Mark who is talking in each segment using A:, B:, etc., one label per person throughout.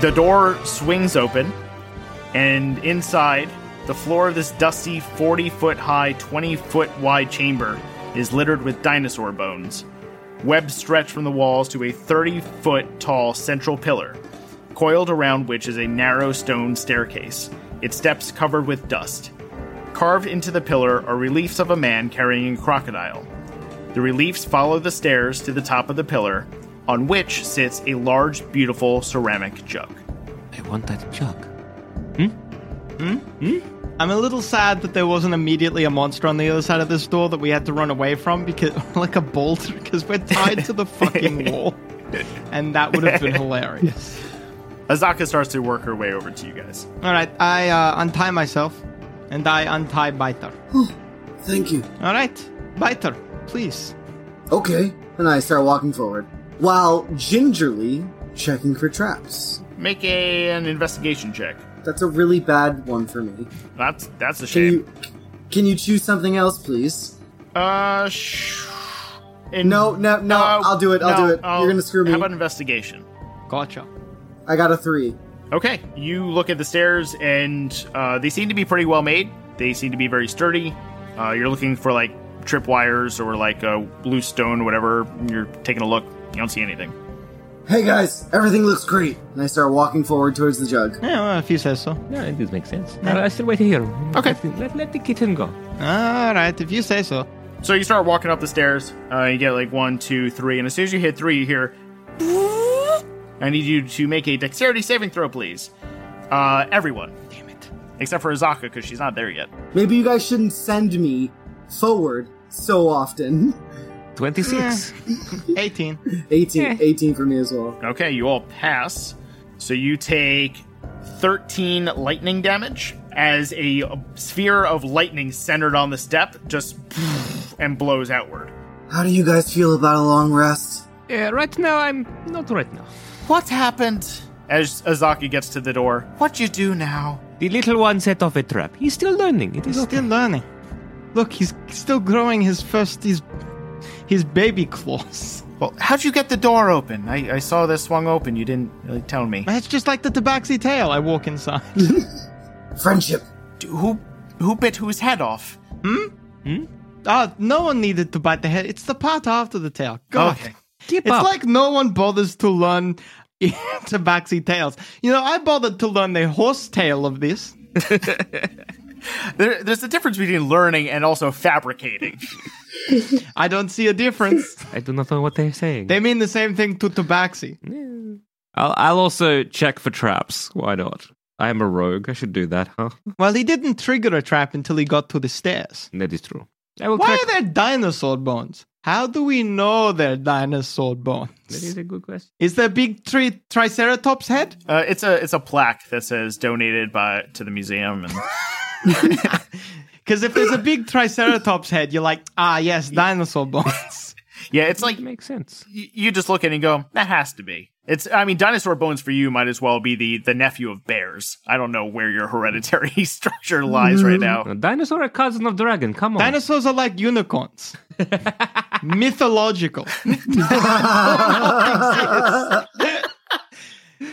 A: The door swings open, and inside, the floor of this dusty 40 foot high, 20 foot wide chamber is littered with dinosaur bones. Webs stretch from the walls to a 30 foot tall central pillar, coiled around which is a narrow stone staircase, its steps covered with dust. Carved into the pillar are reliefs of a man carrying a crocodile. The reliefs follow the stairs to the top of the pillar, on which sits a large, beautiful ceramic jug.
B: I want that jug.
C: I'm a little sad that there wasn't immediately a monster on the other side of this door that we had to run away from because, like a bolt, because we're tied to the fucking wall, and that would have been hilarious.
A: Azaka starts to work her way over to you guys.
C: All right, I uh, untie myself, and I untie Biter.
D: Thank you.
C: All right, Biter, please.
D: Okay. And I start walking forward while gingerly checking for traps.
A: Make a, an investigation check.
D: That's a really bad one for me.
A: That's that's a
D: Can
A: shame.
D: you, can you choose something else, please?
A: Uh, sh- in- Uh,
D: No, no, no, I'll do it, I'll do it. You're gonna screw me.
A: How about investigation?
C: Gotcha.
D: I got a three.
A: Okay, you look at the stairs, and uh, they seem to be pretty well made. They seem to be very sturdy. Uh, you're looking for like tripwires or like uh, loose stone, whatever. You're taking a look. You don't see anything.
D: Hey guys, everything looks great. And I start walking forward towards the jug.
C: Yeah, well, if you say so.
B: Yeah, it does make sense. I, I still wait here. Okay. Let, let the kitten go.
C: All right, if you say so.
A: So you start walking up the stairs. Uh, you get like one, two, three, and as soon as you hit three, you hear. I need you to make a dexterity saving throw, please. Uh, everyone. Damn it. Except for Azaka, because she's not there yet.
D: Maybe you guys shouldn't send me forward so often.
B: 26.
C: 18.
D: 18, 18 for me as well.
A: Okay, you all pass. So you take 13 lightning damage as a sphere of lightning centered on the step just and blows outward.
D: How do you guys feel about a long rest?
B: Yeah, right now, I'm not right now.
A: What happened? As Azaki gets to the door, what you do now?
B: The little one set off a trap. He's still learning. It is
C: He's
B: okay.
C: still learning. Look, he's still growing his first his his baby claws.
A: Well, how'd you get the door open? I, I saw this swung open. You didn't really tell me.
C: It's just like the tabaxi tail. I walk inside.
D: Friendship.
A: Who who bit whose head off?
C: Ah, no one needed to bite the head. It's the part after the tail. God.
A: Okay.
B: Keep
C: It's
B: up.
C: like no one bothers to learn tabaxi tails. You know, I bothered to learn the horse tail of this.
A: There, there's a difference between learning and also fabricating.
C: I don't see a difference.
B: I do not know what they're saying.
C: they mean the same thing to tabaxi.
E: I'll, I'll also check for traps. Why not? I am a rogue. I should do that, huh?
C: Well, he didn't trigger a trap until he got to the stairs.
E: That is true. I will
C: Why
E: crack-
C: are there dinosaur bones? How do we know they're dinosaur bones?
E: That is a good question.
C: Is there a big tri- triceratops head?
A: Uh, it's a it's a plaque that says donated by to the museum and.
C: Because if there's a big triceratops head, you're like, ah, yes, dinosaur bones.
A: Yeah, it's like
B: it makes sense.
A: y- you just look at it and go, that has to be. It's, I mean, dinosaur bones for you might as well be the, the nephew of bears. I don't know where your hereditary structure lies right now.
E: Mm-hmm.
B: A dinosaur, a cousin of dragon. Come on.
C: Dinosaurs are like unicorns. Mythological.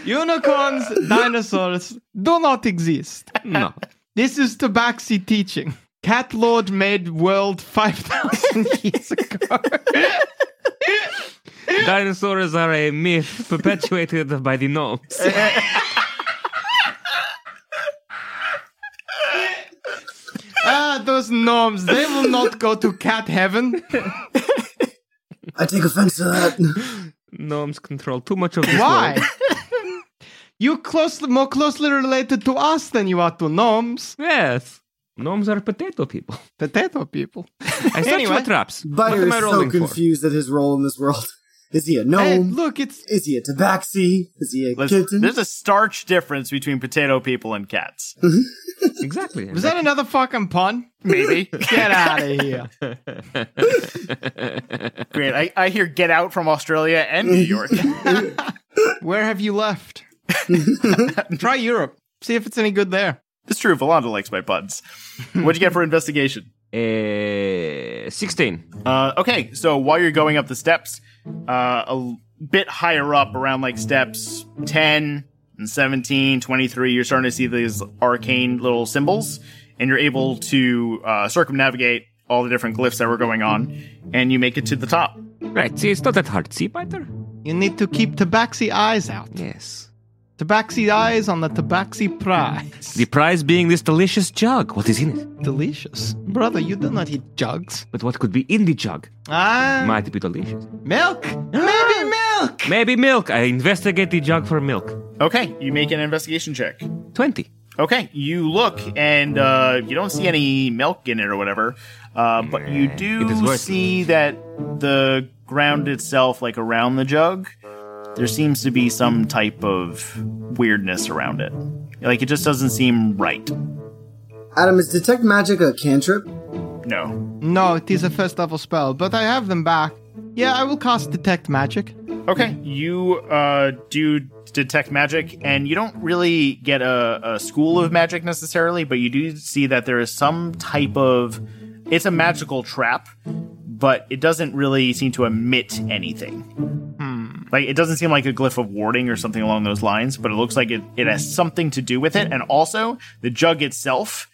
C: unicorns, dinosaurs do not exist.
E: No.
C: This is Tabaxi teaching. Cat Lord made world 5,000 years ago.
E: Dinosaurs are a myth perpetuated by the gnomes.
C: Ah, those gnomes, they will not go to cat heaven.
D: I take offense to that.
E: Gnomes control too much of this
C: Why?
E: world.
C: you closely, more closely related to us than you are to gnomes.
E: Yes. Gnomes are potato people.
C: Potato people.
E: I search
C: Anyway.
E: for traps. what
D: Butter
E: am
D: is
E: I
D: so
E: rolling
D: confused at his role in this world. Is he a gnome?
C: Hey, look, it's
D: Is he a tabaxi? Is he a
A: Let's-
D: kitten?
A: There's a starch difference between potato people and cats.
E: for? Exactly.
C: Was that another fucking pun? Maybe. Get out of here.
A: Great. I, I hear Get Out from Australia and New York.
C: Where have you left? Try Europe. See if it's any good there.
A: it's true. Volanda likes my puns. What'd you get for investigation?
E: Uh, 16.
A: Uh, okay, so while you're going up the steps, uh, a l- bit higher up, around like steps 10 and 17, 23, you're starting to see these arcane little symbols, and you're able to uh, circumnavigate all the different glyphs that were going on, and you make it to the top.
E: Right, see, it's not that hard. See, Biter?
C: You need to keep Tabaxi eyes out.
E: Yes.
C: Tabaxi eyes on the Tabaxi prize.
E: The prize being this delicious jug. What is in it?
C: Delicious. Brother, you do not eat jugs.
E: But what could be in the jug?
C: Ah,
E: Might be delicious.
C: milk. Maybe milk.
E: Maybe milk. I investigate the jug for milk.
A: Okay, you make an investigation check.
E: 20.
A: Okay, you look and uh, you don't see any milk in it or whatever, uh, but you
E: It is
A: do
E: worth
A: see that the ground itself, like around the jug, there seems to be some type of weirdness around it. Like it just doesn't seem right.
D: Adam, is detect magic a cantrip?
A: No.
C: No, it is a first level spell, but I have them back. Yeah, I will cast Detect Magic.
A: Okay, you uh, do detect magic, and you don't really get a, a school of magic necessarily, but you do see that there is some type of. It's a magical trap, but it doesn't really seem to emit anything. Like it doesn't seem like a glyph of warding or something along those lines, but it looks like it, it has something to do with it. And also, the jug itself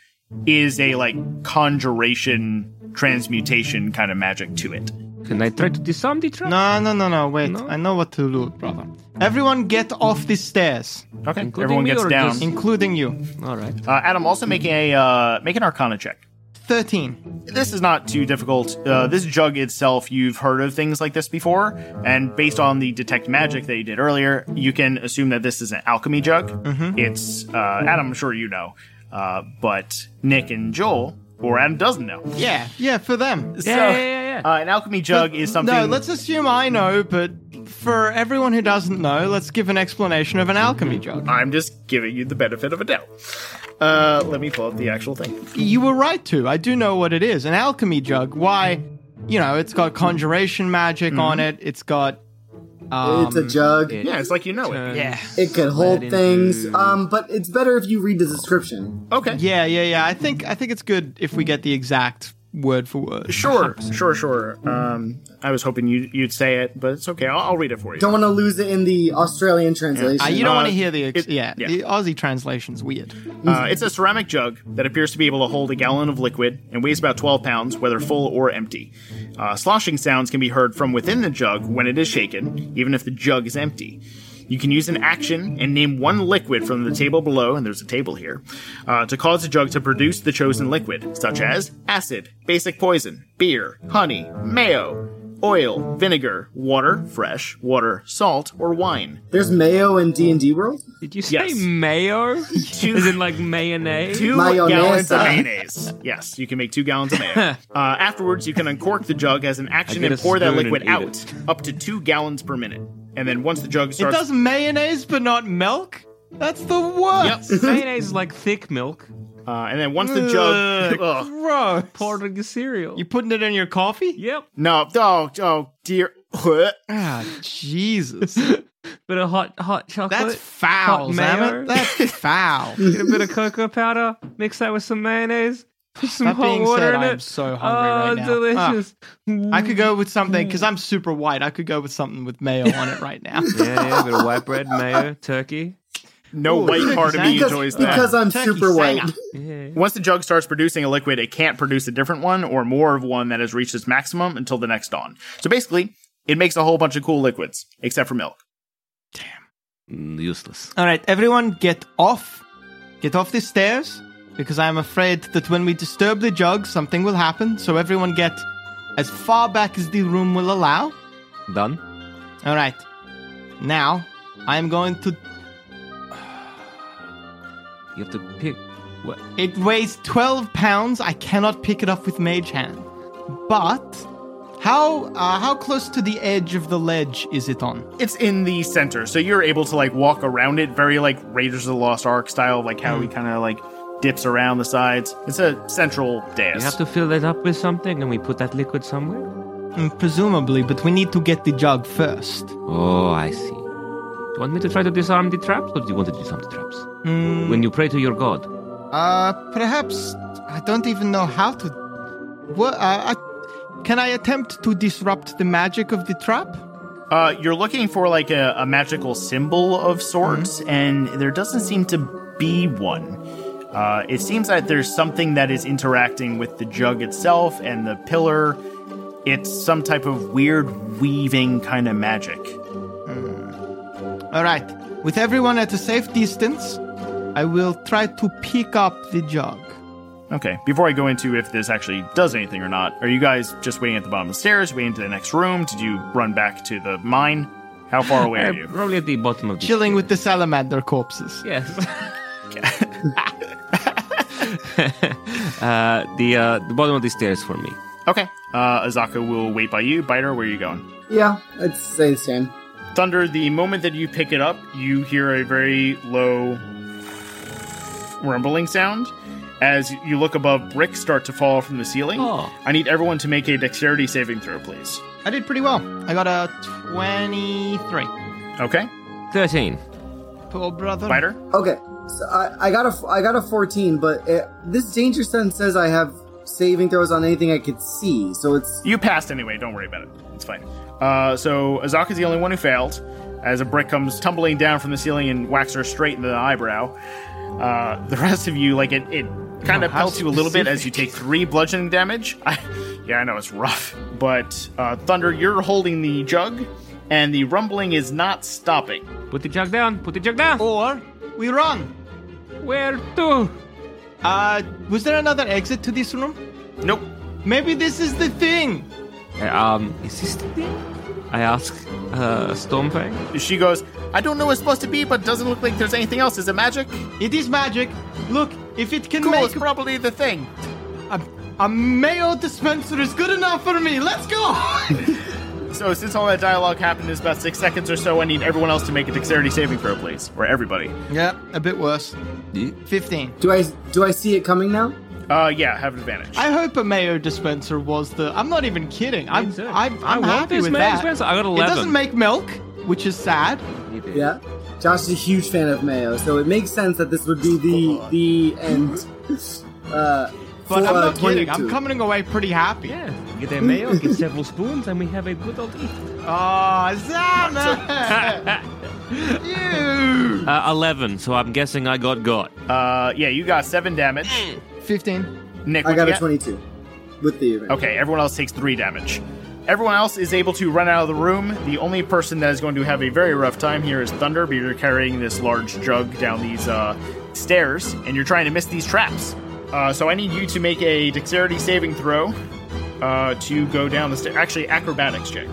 A: is a like conjuration transmutation kind of magic to it.
E: Can I try to disarm the trap?
C: No, no, no, no, wait.
E: No?
C: I know what to do, brother. Everyone get off the stairs,
A: Okay,
E: Including
A: everyone
E: me
A: gets
E: or
A: down.
E: just-
C: including you.
E: All right.
A: Uh, Adam, also make a uh, make an Arcana check.
C: 13.
A: This is not too difficult. Uh, this jug itself, you've heard of things like this before, and based on the detect magic that you did earlier, you can assume that this is an alchemy jug.
C: Mm-hmm.
A: It's uh, Adam. I'm sure you know, uh, but Nick and Joel, or Adam doesn't know.
C: Yeah, yeah, for them.
A: So,
E: yeah, yeah, yeah.
A: Uh, an alchemy jug is something.
C: No, let's assume I know, but for everyone who doesn't know, let's give an explanation of an alchemy jug.
A: I'm just giving you the benefit of a doubt. Uh, let me pull up the actual thing.
C: You were right to. I do know what it is. An alchemy jug. Why? You know, it's got conjuration magic
A: Mm-hmm.
C: on it. It's got. Um,
D: it's a jug.
E: yeah.
D: It,
A: Yeah, it's like you know it.
C: yeah.
D: could hold
E: into-
D: things. Um, but it's better if you read the description.
A: Okay.
C: Yeah, yeah, yeah. I think I think it's good if we get the exact word for word.
A: Sure, sure, sure. Um, I was hoping you, you'd say it, but it's okay. I'll, I'll read it for you.
D: Don't want to lose it in the Australian translation.
C: Uh, you don't
A: Uh,
C: want to hear the ex-
A: it-
C: yeah,
A: yeah.
C: The Aussie translation's weird.
A: Uh, it's a ceramic jug that appears to be able to hold a gallon of liquid and weighs about 12 pounds, whether full or empty. Uh, sloshing sounds can be heard from within the jug when it is shaken, even if the jug is empty. You can use an action and name one liquid from the table below, and there's a table here, uh, to cause the jug to produce the chosen liquid, such as acid, basic poison, beer, honey, mayo, oil, vinegar, water, fresh, water, salt, or wine.
D: There's mayo in D and D world.
E: Did you say
A: Yes.
E: mayo? Is
A: Two-
E: it like mayonnaise?
A: two
D: Mayonnaise.
A: gallons of mayonnaise. Yes, you can make two gallons of mayo. uh, afterwards, you can uncork the jug as an action
E: I get
A: and
E: a
A: pour that
E: spoon
A: liquid
E: and eat
A: out
E: it.
A: up to two gallons per minute. And then once the jug
C: It
A: starts,
C: does mayonnaise, but not milk. That's the worst.
E: Mayonnaise is like thick milk
A: Uh, and then once the jug. Ugh.
C: Gross.
E: poured into cereal.
C: You putting it in your coffee?
E: Yep,
A: No. Oh, oh, dear.
C: Ah, Jesus.
E: bit of hot hot chocolate.
C: That's foul,
E: hot mayo.
C: Zamet. That's foul.
E: Get a bit of cocoa powder. Mix that with some mayonnaise. Put some
C: That
E: hot
C: being
E: water
C: said,
E: in
C: I'm
E: it.
C: so
E: oh,
C: hungry right now.
E: delicious. Ah.
C: I could go with something because I'm super white. I could go with something with mayo on it right now.
E: Yeah, yeah, a bit of white bread, mayo, turkey.
A: No white part of me
C: Because-
A: enjoys that.
D: because I'm
C: Turkey
D: super white.
C: singer.
E: Yeah.
A: Once the jug starts producing a liquid, it can't produce a different one or more of one that has reached its maximum until the next dawn. So basically, it makes a whole bunch of cool liquids, except for milk.
E: useless.
C: All right, everyone, get off. Get off the stairs because I am afraid that when we disturb the jug, something will happen. So everyone, get as far back as the room will allow.
E: Done.
C: All right. Now, I am going to.
E: You have to pick. What?
C: It weighs 12 pounds. I cannot pick it up with mage hand. But how uh, how close to the edge of the ledge is it on?
A: It's in the center, so you're able to like walk around it, very like Raiders of the Lost Ark style, like how he
E: Hmm.
A: kind of like dips around the sides. It's a central dais.
E: You have to fill that up with something, and we put that liquid somewhere.
C: Mm, Presumably, but we need to get the jug first.
E: Oh, I see. Do you want me to try to disarm the traps, or do you want to disarm the traps? When you pray to your god.
C: Uh, perhaps I don't even know how to. What? Uh, I, can I attempt to disrupt the magic of the trap?
A: Uh, you're looking for like a, a magical symbol of sorts,
E: Hmm.
A: and there doesn't seem to be one. Uh, it seems that there's something that is interacting with the jug itself and the pillar. It's some type of weird weaving kind of magic.
C: All right. With everyone at a safe distance, I will try to pick up the jug.
A: Okay, before I go into if this actually does anything or not, are you guys just waiting at the bottom of the stairs, waiting to the next room? Did you run back to the mine? How far away are
E: Uh,
A: you?
E: probably at the bottom of the
C: Chilling with the salamander corpses.
E: Yes. uh, the uh, the bottom of the stairs for me.
A: Okay, uh, Azaka will wait by you. Biter, where are you going?
D: Yeah, I'd say the same.
A: Thunder, the moment that you pick it up, you hear a very low rumbling sound. As you look above, bricks start to fall from the ceiling.
E: Oh.
A: I need everyone to make a dexterity saving throw, please.
C: I did pretty well. I got a 23.
A: Okay,
E: Thirteen.
C: Poor brother.
A: Biter.
D: Okay, so I, I got a I got a fourteen, but it, this danger sense says I have saving throws on anything I could see, so it's
A: You passed anyway. Don't worry about it. It's fine. Uh, so Azaka's the only one who failed. As a brick comes tumbling down from the ceiling and whacks her straight in the eyebrow. Uh, the rest of you, like it, it kind
C: Oh,
A: of
C: how
A: pelts you a little bit as you
C: specific.
A: take three bludgeoning damage. I, yeah, I know it's rough, but uh, Thunder, you're holding the jug, and the rumbling is not stopping.
E: Put the jug down. Put the jug down.
C: Or we run.
E: Where to?
C: Uh, was there another exit to this room?
A: Nope.
C: Maybe this is the thing.
E: Uh, um, is this the thing? I ask uh, Stormfang.
A: She goes. I don't know what's supposed to be, but doesn't look like there's anything else. Is it magic?
C: It is magic. Look, if it can
A: Cool.
C: make
A: It's probably the thing.
C: a, a mayo dispenser is good enough for me. Let's go.
A: So since all that dialogue happened in about six seconds or so, I need everyone else to make a dexterity saving throw, please, or everybody.
C: yeah, a bit worse. Fifteen.
D: do I do I see it coming now?
A: Uh, yeah, have advantage.
C: I hope a mayo dispenser was the. I'm not even kidding. I'm
E: too.
C: I'm,
E: I
C: I'm
E: want
C: happy
E: this
C: with
E: mayo
C: that.
E: dispenser. I got
C: It
E: 11.
C: doesn't make milk, which is sad.
D: Yeah. Josh is a huge fan of mayo, so it makes sense that this would be the the end. Uh, for,
C: But I'm
D: uh,
C: not kidding. I'm
D: 22.
C: coming away pretty happy.
E: Yeah. Get a mayo. Get several spoons, and we have a good old eat.
C: Oh, Zama! you.
E: Uh, Eleven. So I'm guessing I got got.
A: Uh, yeah, you got seven damage.
C: Fifteen.
A: Nick,
D: I
A: what
D: got
A: you
D: a twenty-two with the event.
A: Okay, everyone else takes three damage. Everyone else is able to run out of the room. The only person that is going to have a very rough time here is Thunder, but you're carrying this large jug down these uh, stairs, and you're trying to miss these traps. Uh, so I need you to make a dexterity saving throw uh, to go down the stairs. Actually, acrobatics check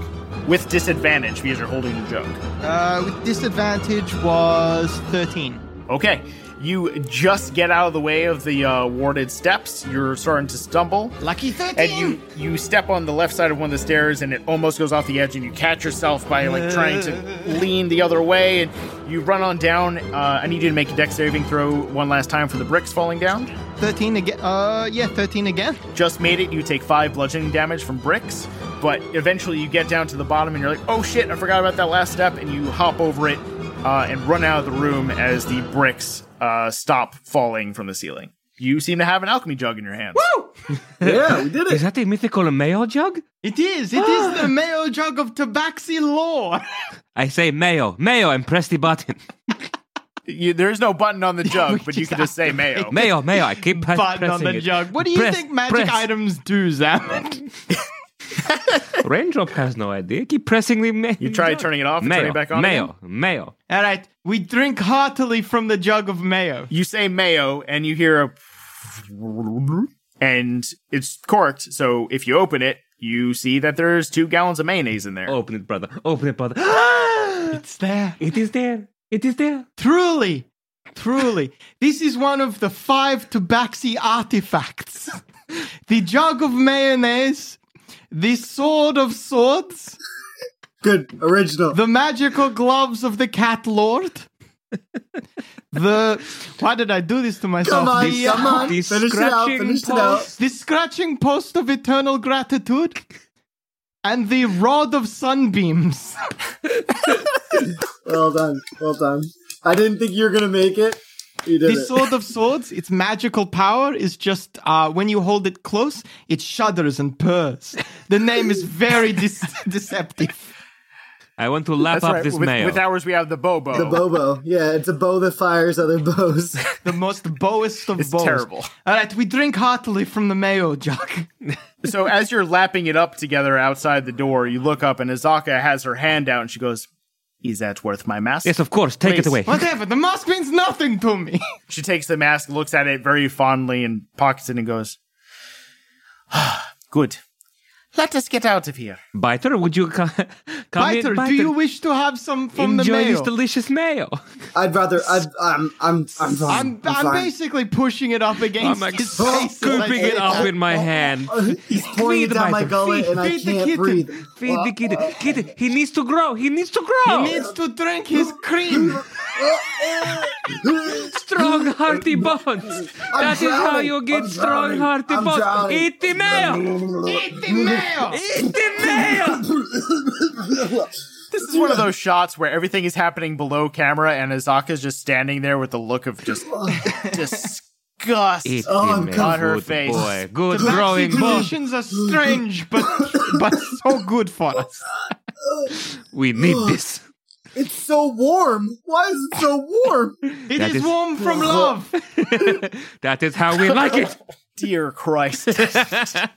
A: with disadvantage because you're holding the jug.
C: Uh, with disadvantage was thirteen.
A: Okay. You just get out of the way of the uh, warded steps. You're starting to stumble.
C: Lucky 13!
A: And you, you step on the left side of one of the stairs and it almost goes off the edge and you catch yourself by like trying to lean the other way and you run on down. Uh, I need you to make a deck saving throw one last time for the bricks falling down.
C: 13 again. Uh, yeah, 13 again.
A: Just made it. You take five bludgeoning damage from bricks, but eventually you get down to the bottom and you're like, oh shit, I forgot about that last step. And you hop over it uh, and run out of the room as the bricks uh, stop falling from the ceiling. You seem to have an alchemy jug in your hand.
D: yeah, we did
B: Is
D: it.
B: that a mythical mayo jug?
C: It is. It is the mayo jug of Tabaxi lore.
B: I say mayo, mayo, and press the button.
A: You, there is no button on the jug,
C: we
A: but you
C: just
A: can just say mayo.
B: Mayo, mayo. I keep press,
C: Button
B: pressing
C: on the
B: it.
C: jug. What do you
B: Press,
C: think magic
B: press.
C: items do, Zaman?
B: Raindrop has no idea. Keep pressing the mayo.
A: You try turning it off and
B: mayo,
A: turning it back on.
B: Mayo,
A: again?
B: mayo.
C: All right, we drink heartily from the jug of mayo.
A: You say mayo, and you hear a. And it's corked, so if you open it, you see that there's two gallons of mayonnaise in
E: Oh,
A: there.
B: Open it, brother. Open it, brother.
C: It's there.
B: it is there. It is there.
C: Truly, truly, this is one of the five Tabaxi artifacts. The jug of mayonnaise, the sword of swords,
D: Good original.
C: the magical gloves of the cat lord. the why did I do this to myself?
D: come on,
C: the,
D: come on.
B: the
D: Finish it out.
B: scratching
D: Finish it out.
B: pulse.
C: the scratching post of eternal gratitude, and the rod of sunbeams.
D: Well done. Well done. I didn't think you were gonna make it. You did
C: The
D: it.
C: sword of swords, its magical power is just uh, when you hold it close, it shudders and purrs. The name is very dis- deceptive.
B: I want to lap
A: That's
B: up
A: right.
B: this
A: with,
B: mayo.
A: with ours, we have the bobo.
D: The Bobo. Yeah, it's a bow that fires other bows.
C: The most bowest of
A: It's
C: bows.
A: terrible.
C: All right, we drink heartily from the mayo jug.
A: so as you're lapping it up together outside the door, you look up, and Azaka has her hand out, and she goes, "Is that worth my mask?"
B: yes, of course. Take
A: Please.
B: it away.
C: Whatever, the mask means nothing to me.
A: She takes the mask, looks at it very fondly, and pockets it and goes, "Ah, Good. Let us get out of here.
B: Biter, would you co- come
C: Biter,
B: in?
C: do you wish to have some from
B: Enjoy
C: the mayo?
B: this delicious mayo.
D: I'd rather. I'd, I'm. I'm. I'm fine.
C: I'm, I'm,
D: fine.
C: basically pushing it up against
B: I'm
C: his face. as I
B: scooping
C: say
B: it up
C: that.
B: in my hand.
D: He's pouring
B: Feed
D: it down oh, my
B: Biter.
D: gullet,
B: Feed-
D: and I
C: feed the
D: can't
C: kitten.
D: breathe.
B: Feed the kitten. Kitten, he needs to grow. He needs to grow.
C: He needs to drink his cream.
B: strong, hearty bones. That is how
D: drowning.
B: you get
D: I'm
B: strong,
D: drowning.
B: hearty
D: I'm
B: bones.
D: drowning.
B: Eat the mayo.
C: Eat the mayo.
B: Eat the mayo.
A: This is one of those shots where everything is happening below camera, and Azaka's just standing there with the look of just disgust.
B: Eat
D: Oh,
B: the
D: I'm
B: mayo.
A: cut her
B: Good
A: face.
B: boy. Good
C: Vaccine
B: growing boy.
C: conditions are strange, but but so good for us.
B: We need this.
D: It's so warm. Why is it so warm?
C: It is
B: That is-
C: warm from love.
B: That is how we like it.
A: Dear Christ.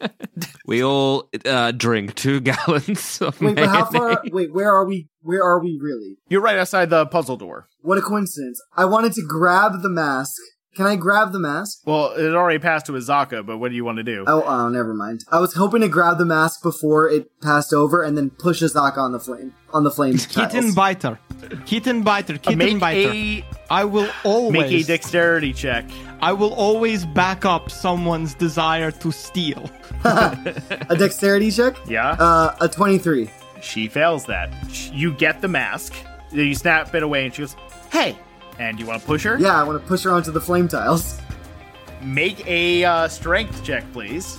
B: We all uh, drink two gallons of
D: Wait, but how far?
B: mayonnaise.
D: Wait, where are we? Where are we really?
A: You're right outside the puzzle door.
D: What a coincidence! I wanted to grab the mask. Can I grab the mask?
A: Well, it already passed to Azaka, but what do you want to do?
D: Oh, oh, never mind. I was hoping to grab the mask before it passed over, and then push Azaka on the flame on the flame.
C: Kitten
D: tiles.
C: biter, kitten biter, kitten
A: make
C: biter.
A: a
C: I will always,
A: make a dexterity check.
C: I will always back up someone's desire to steal.
D: a dexterity check.
A: Yeah?
D: Uh, a twenty-three.
A: She fails that. You get the mask. Then you snap it away, and she goes, "Hey!" And you want to push her?
D: Yeah, I want to push her onto the flame tiles.
A: Make a uh, strength check, please.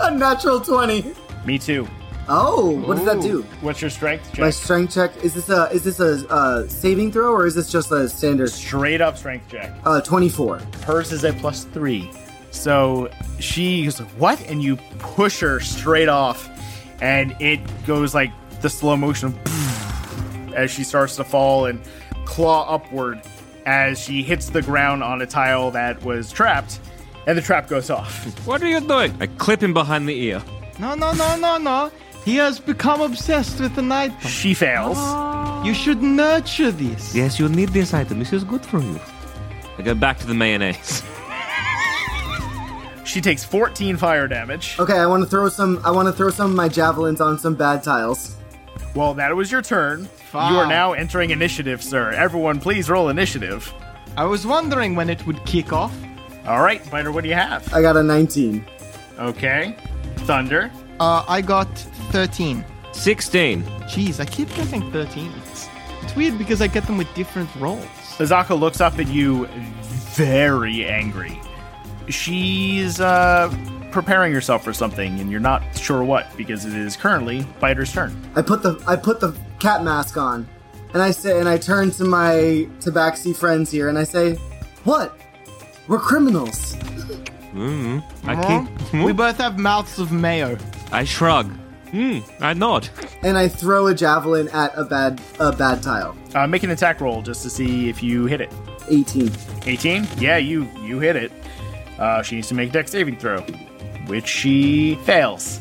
D: A natural twenty.
A: Me too.
D: Oh, what does that do?
A: What's your strength check?
D: My strength check is this a is this a uh, saving throw or is this just a standard
A: Straight up strength check.
D: uh, twenty four?
A: Hers is a plus three. So she's like, what? And you push her straight off, and it goes like the slow motion of as she starts to fall and claw upward as she hits the ground on a tile that was trapped, and the trap goes off.
B: What are you doing? I clip him behind the ear.
C: No, no, no, no, no. He has become obsessed with the night.
A: She fails.
C: You should nurture this.
B: Yes, you need this item. This is good for you. I go back to the mayonnaise.
A: She takes 14 fire damage.
D: Okay, I want to throw some. I want to throw some of my javelins on some bad tiles.
A: Well, that was your turn.
C: Wow.
A: You are now entering initiative, sir. Everyone, please roll initiative.
C: I was wondering when it would kick off.
A: All right, Spider, what do you have?
D: I got a 19.
A: Okay. Thunder.
C: Uh, I got 13.
E: 16.
C: Jeez, I keep getting 13s. It's, it's weird because I get them with different rolls.
A: Azaka looks up at you very angry. She's uh, preparing herself for something, and you're not sure what because it is currently Spider's turn.
D: I put the I put the cat mask on, and I say, and I turn to my tabaxi friends here, and I say, "What? We're criminals."
E: I can
C: We both have mouths of mayo.
E: I shrug. Hmm, I nod.
D: And I throw a javelin at a bad a bad tile.
A: Uh, make an attack roll just to see if you hit it.
D: 18.
A: 18? Yeah, you you hit it. Uh, she needs to make a deck saving throw, which she fails.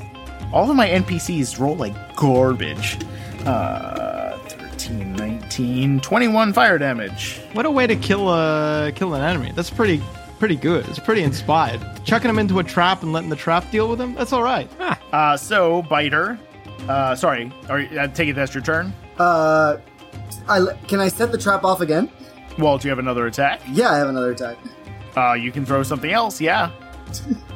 A: All of my NPCs roll like garbage. Uh, 13, 19, 21 fire damage.
C: What a way to kill a kill an enemy. That's pretty pretty good. It's pretty inspired. Chucking him into a trap and letting the trap deal with him. That's all right.
A: Uh, so, Biter. Uh, sorry, are, you- I take it that's your turn?
D: Uh, I l- can I set the trap off again?
A: Well, do you have another attack?
D: Yeah, I have another attack.
A: Uh, you can throw something else, yeah.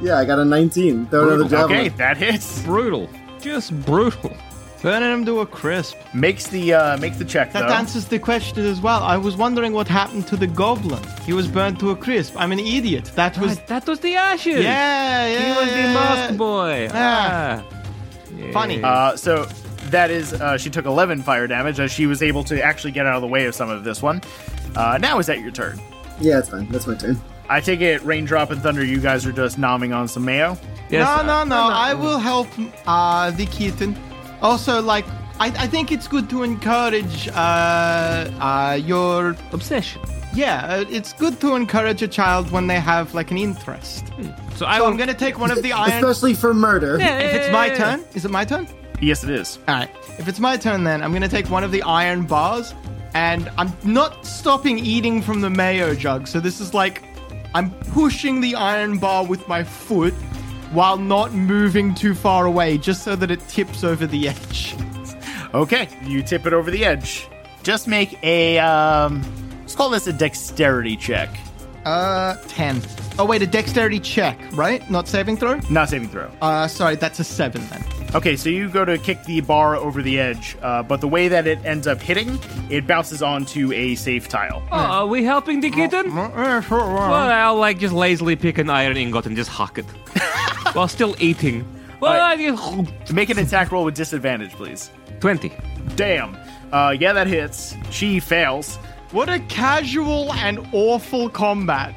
D: Yeah, I got a 19. Throw another javelin.
A: Okay, that hits.
E: Brutal. Just brutal.
C: Burning him to a crisp.
A: Makes the uh, makes the check
C: That
A: though.
C: answers the question as well. I was wondering what happened to the goblin. He was burned to a crisp. I'm an idiot. That was
E: Right, that was the ashes.
C: yeah,
E: He
C: yeah.
E: was the
C: yeah,
E: mask
C: yeah.
E: boy.
C: Ah.
E: Yeah.
C: Funny.
A: Uh, so that is uh, she took 11 fire damage as she was able to actually get out of the way of some of this one. Uh, now is that your turn?
D: Yeah, it's fine. That's my turn.
A: I take it Raindrop and Thunder, you guys are just nomming on some mayo.
E: Yes, uh,
C: no,
E: I-
C: no, no. I will help uh, the kitten. Also, like, I, I think it's good to encourage uh, uh, your.
E: Obsession.
C: Yeah, uh, it's good to encourage a child when they have, like, an interest.
E: So I
C: So
E: will
C: I'm going to take one of the iron.
D: Especially for murder.
C: If it's my turn, is it my turn?
A: Yes, it is.
C: All right. If it's my turn, then I'm gonna take one of the iron bars, and I'm not stopping eating from the mayo jug. So this is like, I'm pushing the iron bar with my foot, while not moving too far away, just so that it tips over the edge.
A: Okay, you tip it over the edge. Just make a um, let's call this a dexterity check,
C: Uh, ten. Oh wait, a dexterity check, right? Not saving throw.
A: not saving throw.
C: Uh, sorry, that's a seven then.
A: Okay, so you go to kick the bar over the edge, uh, but the way that it ends up hitting, it bounces onto a safe tile.
E: Oh, are we helping the kitten?
C: Mm-hmm.
E: Well, I'll like just lazily pick an iron ingot and just huck it while still eating. Well, I just-
A: Make an attack roll with disadvantage, please.
E: 20.
A: Damn. Uh, yeah, that hits. She fails.
C: What a casual and awful combat.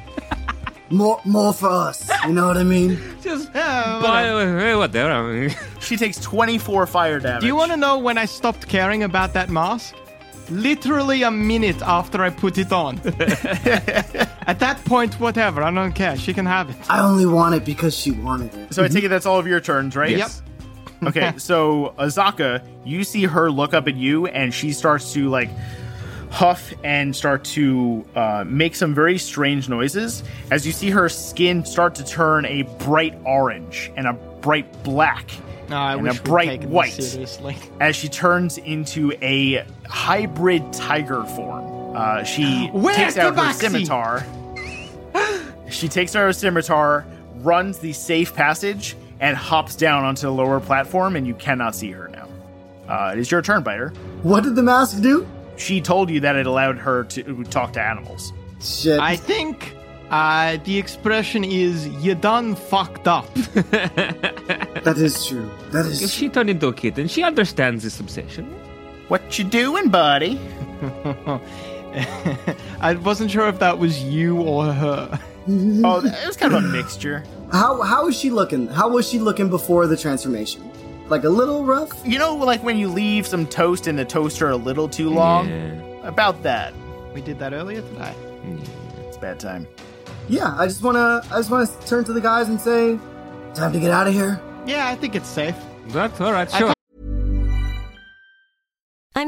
D: More, more for us. You know what I mean?
E: Just
C: Yeah,
E: buy eh, whatever.
A: She takes 24 fire damage.
C: Do you want to know when I stopped caring about that mask? Literally a minute after I put it on. At that point, whatever, I don't care. She can have it.
D: I only want it because she wanted it.
A: So I
C: Mhm.
A: take it that's all of your turns, right?
C: Yes.
A: Yep. okay, so Azaka, you see her look up at you, and she starts to like huff and start to uh, make some very strange noises as you see her skin start to turn a bright orange and a bright black
C: No, Ah, I
A: and a
C: wish we'd
A: bright
C: taken this
A: white
C: seriously.
A: as she turns into a hybrid tiger form. Uh, she
C: Where's
A: takes out her
C: Tabaxi?
A: scimitar. she takes out her scimitar, runs the safe passage, and hops down onto the lower platform, and you cannot see her now. Uh, it is your turn, Biter.
D: What did the mask do?
A: She told you that it allowed her to talk to animals.
D: Shit.
C: I think uh, the expression is you done fucked up.
D: that is true. That is
E: If
D: true.
E: she turned into a kitten, she understands this obsession.
A: What you doing, buddy?
C: I wasn't sure if that was you or her.
A: Oh, it was kind of a mixture.
D: How how is she looking? How was she looking before the transformation? Like a little rough?
A: You know, like when you leave some toast in the toaster a little too long?
E: Yeah.
A: About that.
C: We did that earlier today.
A: It's bad time.
D: Yeah, I just wanna I just wanna turn to the guys and say, time to get out of here.
C: Yeah, I think it's safe.
E: That's all right, sure.
F: I'm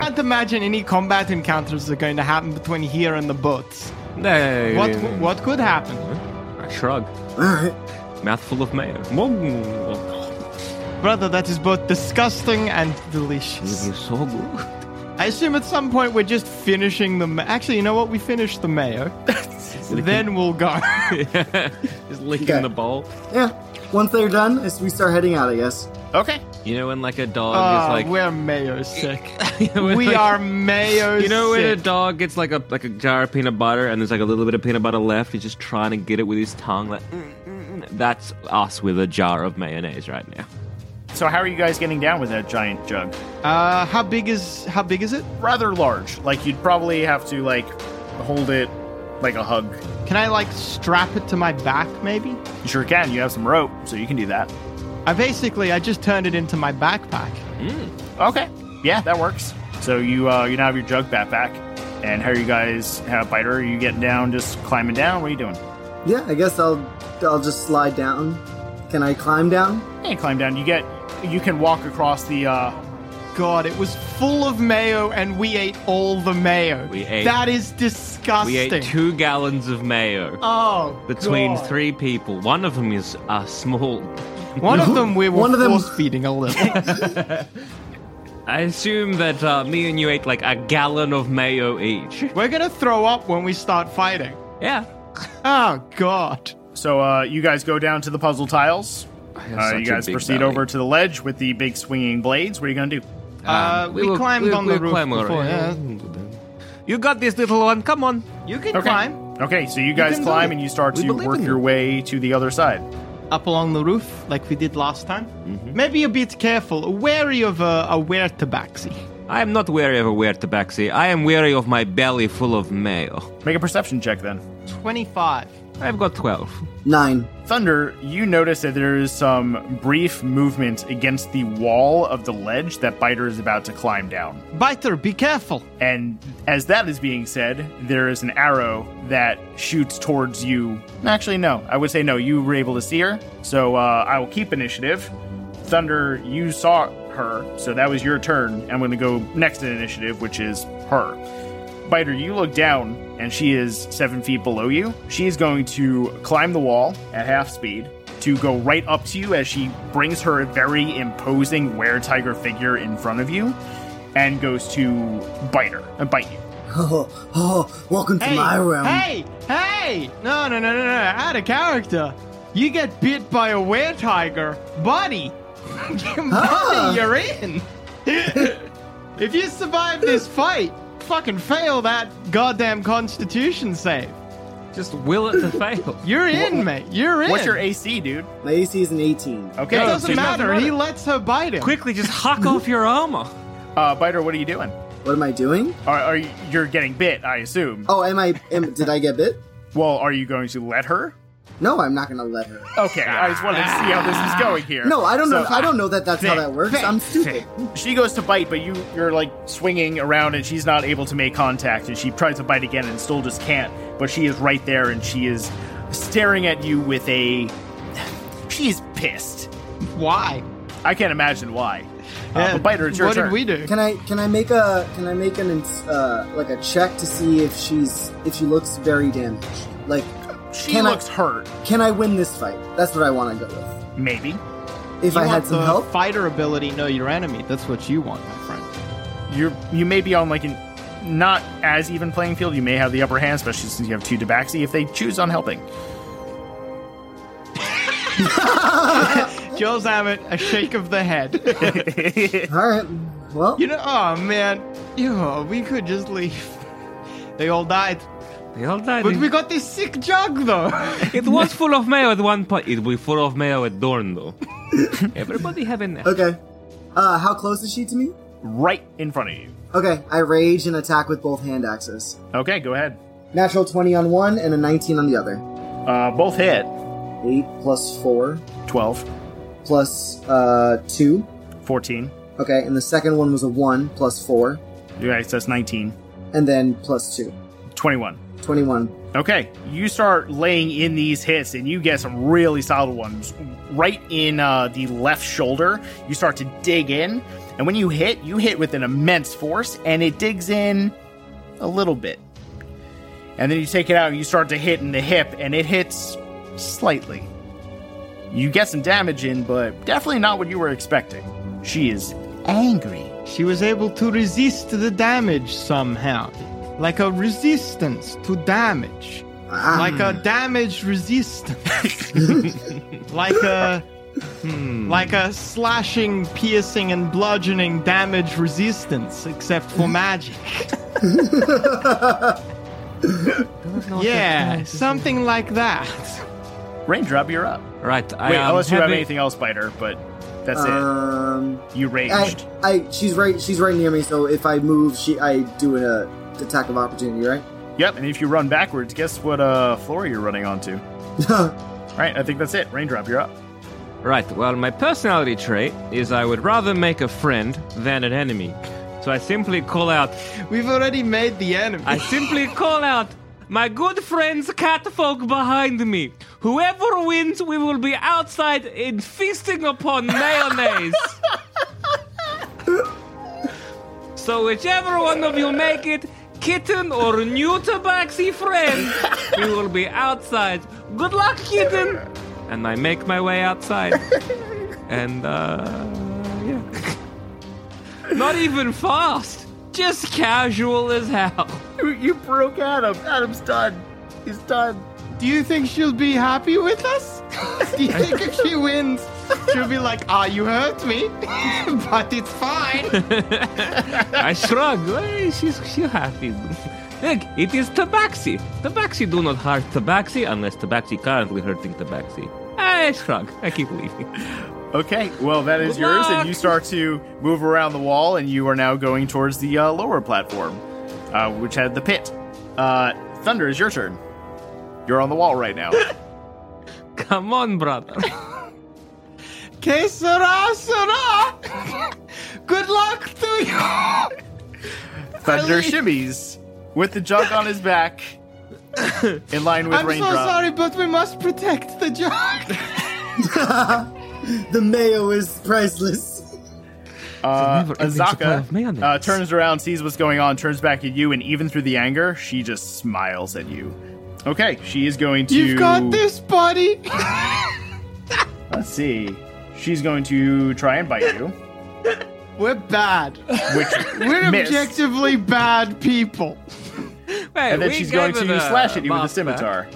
C: can't imagine any combat encounters are going to happen between here and the boats.
E: Hey,
C: What
A: Mm.
C: what could happen,
E: I shrug.
D: All right.
E: Mouthful of mayo. Oh,
C: brother? That is both disgusting and delicious.
E: so good.
C: I assume at some point we're just finishing the. Ma- Actually, you know what? We finish the mayo, then we'll go.
E: Just licking
D: Okay.
E: the bowl.
D: Yeah. Once they're done, it's- we start heading out, I guess.
C: okay.
E: You know when like a dog
C: Ah,
E: is like
C: we're mayo sick.
E: You know, when,
C: we
E: like-
C: are mayo.
E: You know when a
C: sick.
E: dog gets like a like a jar of peanut butter and there's like a little bit of peanut butter left, he's just trying to get it with his tongue. Like "Mm, mm, mm." that's us with a jar of mayonnaise right now.
A: So how are you guys getting down with that giant jug?
C: Uh, how big is how big is it?
A: Rather large. Like you'd probably have to like hold it like a hug.
C: Can I like strap it to my back, maybe?
A: You sure can. You have some rope, so you can do that.
C: I basically I just turned it into my backpack.
A: Okay. Yeah, that works. So you uh, you now have your jug backpack. And how are you guys, how, Biter? Are you getting down, just climbing down? What are you doing?
D: Yeah, I guess I'll I'll just slide down. Can I climb down?
A: Yeah, climb down. You get, you can walk across the. uh
C: God, it was full of mayo, and we ate all the mayo.
E: We ate-
C: That is disgusting.
E: We ate two gallons of mayo
C: Oh,
E: between
C: God.
E: three people. One of them is a small.
C: One of them we were
D: One of them-
C: force feeding a little.
E: I assume that uh, me and you ate like a gallon of mayo each.
C: we're gonna throw up when we start fighting.
E: Yeah.
C: Oh God.
A: So uh you guys go down to the puzzle tiles. Uh, you guys proceed over to the ledge with the big swinging blades. What are you gonna do?
C: Uh, we, climbed on the roof before. Yeah.
E: You got this little one. Come on.
C: You can
A: Okay.
C: climb
A: Okay, so you guys
C: can do
A: climb
C: it.
A: and you start
E: We
A: to
E: believe
A: work
E: in
A: your
E: you.
A: way to the other side.
C: up along the roof like we did last time. Maybe a bit careful, wary of a, a were tabaxi.
E: I am not wary of a weird tabaxi. I am wary of my belly full of mayo.
A: Make a perception check then.
C: Twenty-five.
E: I've got 12.
D: Nine.
A: Thunder, you notice that there is some brief movement against the wall of the ledge that Biter is about to climb down.
C: Biter, be careful.
A: And as that is being said, there is an arrow that shoots towards you. Actually, no. I would say no. You were able to see her, so uh, I will keep initiative. Thunder, you saw her, so that was your turn. I'm going to go next in initiative, which is her. Biter, you look down, and she is seven feet below you. She is going to climb the wall at half speed to go right up to you as she brings her very imposing were tiger figure in front of you and goes to bite her and bite you.
D: Oh, oh, welcome to my realm.
C: hey, hey! No, no, no, no, no! Out of character. You get bit by a were tiger, buddy. buddy, you're in. if you survive this fight, fucking fail that goddamn Constitution save.
E: Just will it to fail.
C: You're in, mate. You're in.
A: What's your AC, dude?
D: My AC is an 18.
A: Okay,
C: It
A: so
C: doesn't
A: you-
C: matter. He lets her bite him.
E: Quickly, just hack off your armor.
A: Uh, Biter, what are you doing?
D: What am I doing?
A: Are, are you, you're getting bit? I assume.
D: Oh, am I? Am, did I get bit?
A: Well, are you going to let her?
D: No, I'm not gonna let her.
A: Okay, I just wanted to see how this is going here.
D: No, I don't
A: So,
D: know. I don't know that that's how
A: Fit,
D: that works. I'm stupid.
A: She goes to bite, but you you're like swinging around, and she's not able to make contact. And she tries to bite again, and still just can't. But she is right there, and she is staring at you with a. She's pissed.
C: Why?
A: I can't imagine why. Uh, but Biter, it's your
C: what
A: turn.
C: did we do?
D: Can I? Can I make a? Can I make an ins- uh, like a check to see if she's if she looks very damaged? Like,
A: she
D: can I-
A: looks hurt.
D: can I win this fight? That's what I want to go with.
A: Maybe.
D: If
C: You
D: I
C: want
D: had some
C: the
D: help,
C: Fighter ability, know your enemy. That's what you want, my friend.
A: you're you may be on like an not as even playing field. You may have the upper hand, especially since you have two Debaxi. If they choose on helping,
C: Joel's Abbott, a shake of the head.
D: all right. Well,
C: you know, oh man, yeah, we could just leave. They all died,
E: They all died.
C: but we got this sick jug though.
E: It was full of mayo at one point. It will be full of mayo at dawn, though. Everybody have enough.
D: okay. Uh, how close is she to me?
A: right in front of you.
D: Okay, I rage and attack with both hand axes.
A: Okay, go ahead.
D: Natural 20 on one and a 19 on the other.
A: Uh, both hit
D: 8 plus 4
A: 12,
D: plus uh, 2,
A: 14,
D: Okay, and the second one was a 1 plus 4,
A: Yeah, so that's 19.
D: and then plus 2.
A: 21.
D: 21.
A: Okay, you start laying in these hits, and you get some really solid ones. Right in uh, the left shoulder, you start to dig in, and when you hit, you hit with an immense force, and it digs in a little bit. And then you take it out, and you start to hit in the hip, and it hits slightly. You get some damage in, but definitely not what you were expecting. She is angry.
C: She was able to resist the damage somehow. Like a resistance to damage. Like a damage resistance. like a. Like a slashing, piercing, and bludgeoning damage resistance, except for magic. yeah, something like that.
A: Raindrop, you're up.
B: Right. I,
A: Wait,
B: um,
A: unless you have
B: having-
A: anything else, Biter, but that's
D: Um,
A: it. You raged.
D: I, I, she's right. She's right near me. So if I move, she, I do an uh, attack of opportunity, right?
A: Yep, and if you run backwards, guess what uh, floor you're running onto? Right, I think that's it. Raindrop, you're up.
E: Right, well, my personality trait is I would rather make a friend than an enemy. So I simply call out,
C: We've already made the enemy.
E: I simply call out, my good friends, catfolk behind me. Whoever wins, we will be outside and feasting upon mayonnaise. so whichever one of you make it, kitten or new tabaxi friend, we will be outside. Good luck, kitten. And I make my way outside. And uh, yeah, not even fast, just casual as hell.
A: You, you broke Adam. Adam's done. He's done.
C: Do you think she'll be happy with us? Do you think if she wins, she'll be like, ah, you hurt me, but it's fine.
E: I shrug. Hey, she's she's happy. Look, it is Tabaxi. Tabaxi do not hurt Tabaxi unless Tabaxi currently hurting Tabaxi. I shrug. I keep leaving.
A: Okay, well, that is
E: Good
A: yours,
E: luck.
A: and you start to move around the wall, and you are now going towards the uh, lower platform, uh, which had the pit. Uh, Thunder, is your turn. You're on the wall right now.
E: Come on, brother.
C: Que sera, sera. Good luck to you.
A: Thunder
C: Really?
A: shimmies with the jug on his back, in line with
C: I'm so
A: Raindrop.
C: sorry, but we must protect the jug.
D: The mayo is priceless.
A: Uh,
E: Never ending supply of
A: Azaka
E: mayonnaise.
A: uh, turns around, sees what's going on, turns back at you, and even through the anger, she just smiles at you. Okay, she is going to.
C: You've got this, buddy.
A: Let's see. She's going to try and bite you,
C: We're bad.
A: which
C: We're
A: missed.
C: objectively bad people.
A: and then she's going to slash at you with a scimitar.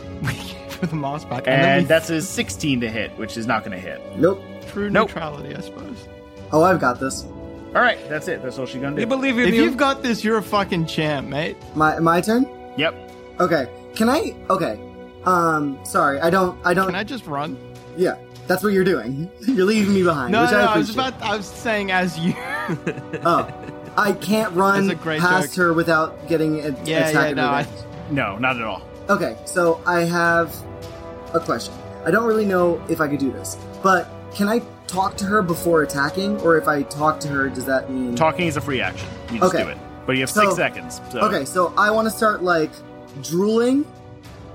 C: For the mouse back.
A: And,
C: then we-
A: that's a 16 to hit, which is not going to hit.
D: Nope.
C: true
A: Nope.
C: neutrality, I suppose.
D: Oh, I've got this.
A: All right, that's it. That's all she's going to
E: You
A: do.
E: believe in
C: If
E: you?
C: you've got this, you're a fucking champ, mate.
D: My my turn.
A: yep.
D: Okay. Can I? Okay. Um. Sorry. I don't. I don't.
C: Can I just run?
D: Yeah. That's what you're doing. You're leaving me behind.
C: No,
D: which
C: no,
D: I,
C: I was
D: appreciate.
C: about. I was saying as you.
D: Oh. I can't
C: That's
D: run
C: a great
D: past
C: joke.
D: her without getting a,
C: Yeah,
D: attack
C: yeah,
D: of
C: no, I-
D: advantage.
A: No, not at all.
D: Okay, so I have a question. I don't really know if I could do this, but can I talk to her before attacking, or if I talk to her, does that mean
A: Talking is a free action. You just
D: Okay.
A: do it. But you have
D: So-
A: six seconds. So.
D: Okay, so I want to start like drooling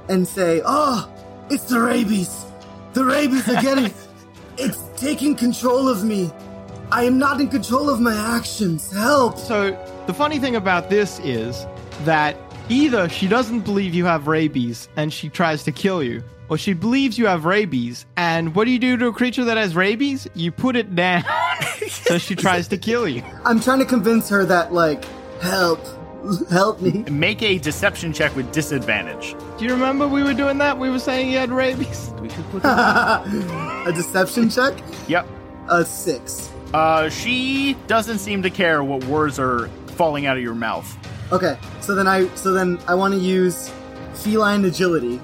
D: and say, "Oh, it's the rabies! The rabies are getting, it's taking control of me. I am not in control of my actions. Help!"
C: So the funny thing about this is that either she doesn't believe you have rabies and she tries to kill you, or she believes you have rabies and what do you do to a creature that has rabies? You put it down. so she tries to kill you.
D: I'm trying to convince her that like, help, help me.
A: Make a deception check with disadvantage.
C: Do you remember we were doing that? We were saying you had rabies.
D: a deception check.
A: Yep.
D: A six.
A: Uh, she doesn't seem to care what words are falling out of your mouth.
D: Okay, so then I so then I want to use feline agility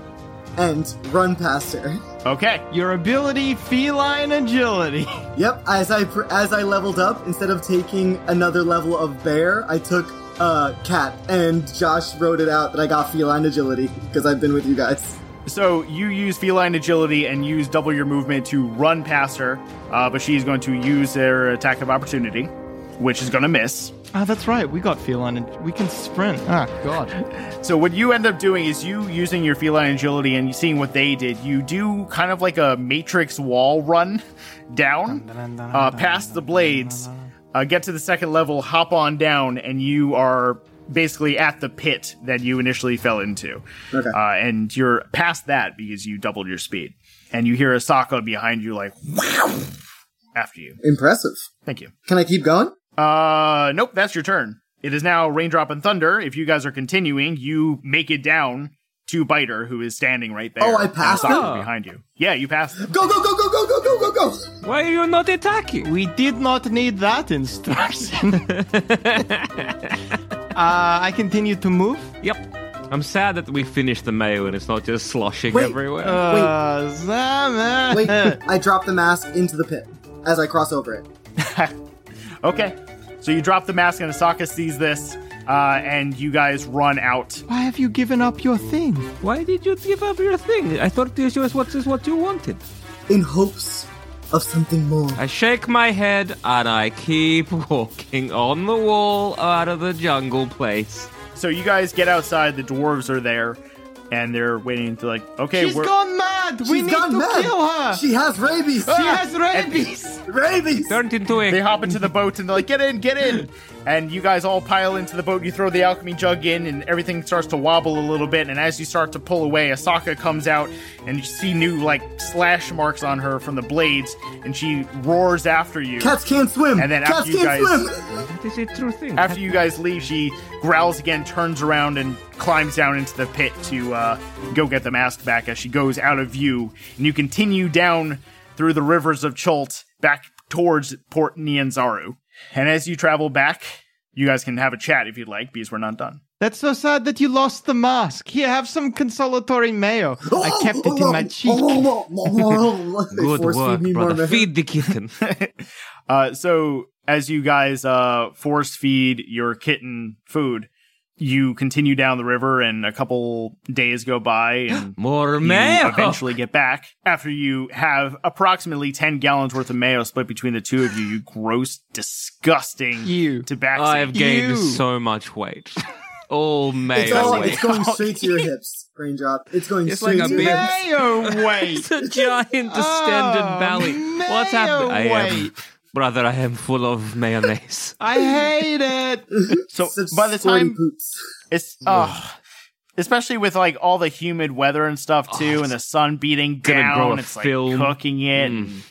D: and run past her.
A: Okay.
C: Your ability, feline agility.
D: Yep, as I pr- as I leveled up, instead of taking another level of bear, I took uh cat, and Josh wrote it out that I got feline agility because I've been with you guys.
A: So you use feline agility and use double your movement to run past her, uh, but she's going to use her attack of opportunity. which is going to miss.
C: Ah, that's right. We got feline and we can sprint. Ah, God.
A: So what you end up doing is you using your feline agility and seeing what they did. You do kind of like a matrix wall run down, uh, past the blades, uh, get to the second level, hop on down, and you are basically at the pit that you initially fell into. Okay. Uh, and you're past that because you doubled your speed. And you hear a Asaka behind you, like after you.
D: Impressive.
A: Thank you.
D: Can I keep going?
A: Uh, nope, that's your turn. It is now Raindrop and Thunder. If you guys are continuing, you make it down to Biter, who is standing right there.
D: Oh, I
A: and
D: passed
A: Sokka
E: them?
A: behind you. Yeah, you passed. them.
D: Go, go, go, go, go, go, go, go, go.
E: Why are you not attacking?
C: We did not need that instruction. uh, I continue to move.
E: Yep. I'm sad that we finished the mayo and it's not just sloshing
D: Wait,
E: everywhere.
C: Uh, Zaman.
D: Wait, I drop the mask into the pit as I cross over it.
A: Okay, so you drop the mask, and Asaka sees this, uh, and you guys run out.
C: Why have you given up your thing?
E: Why did you give up your thing? I thought this was what is what you wanted.
D: In hopes of something more.
E: I shake my head and I keep walking on the wall out of the jungle place.
A: So you guys get outside. The dwarves are there, and they're waiting to like. Okay,
C: She's
A: we're
C: gone mad. we
D: She's
C: need
D: gone
C: to
D: mad.
C: kill her. She,
D: She has rabies.
C: has rabies.
D: rabies.
E: Turned into
A: they
E: a.
A: hop into the boat and they're like, "Get in, get in!" And you guys all pile into the boat. You throw the alchemy jug in, and everything starts to wobble a little bit. And as you start to pull away, Asaka comes out, and you see new like slash marks on her from the blades, and she roars after you.
D: Cats can't swim.
A: And then after
D: Cats
A: you
D: can't
A: guys-
D: swim.
E: That is a true thing.
A: After you guys leave, she growls again, turns around, and climbs down into the pit to uh, go get the mask back as she goes out of view. And you continue down through the rivers of Cholt back towards Port Nianzaru. And as you travel back, you guys can have a chat if you'd like, because we're not done.
C: That's so sad that you lost the mask. Here, have some consolatory mayo. I
D: Oh,
C: kept it in my cheek.
D: Good oh,
B: Good work, brother. Feed the kitten.
A: Uh, so as you guys uh, force feed your kitten food, you continue down the river, and a couple days go by, and
B: More
A: you
B: mayo.
A: eventually get back after you have approximately 10 gallons worth of mayo split between the two of you you gross disgusting
C: You.
A: tobacco
B: I have gained
C: You.
B: so much weight. All
D: It's,
B: mayo
D: all,
B: weight.
D: it's going straight to your hips, raindrop. It's going
B: It's
D: straight
B: like a
D: to your
B: big-
D: hips.
C: Mayo
B: It's
C: weight.
B: a giant distended
C: Oh,
B: belly. What's happening? I am,
C: weight.
B: brother, I am full of mayonnaise.
C: I hate it.
A: so
D: Such
A: by the
D: sweaty
A: time
D: poops.
A: it's uh, especially with like all the humid weather and stuff too and the sun beating
B: gonna grow
A: down
B: a
A: it's like
B: film. Mm.
A: cooking it and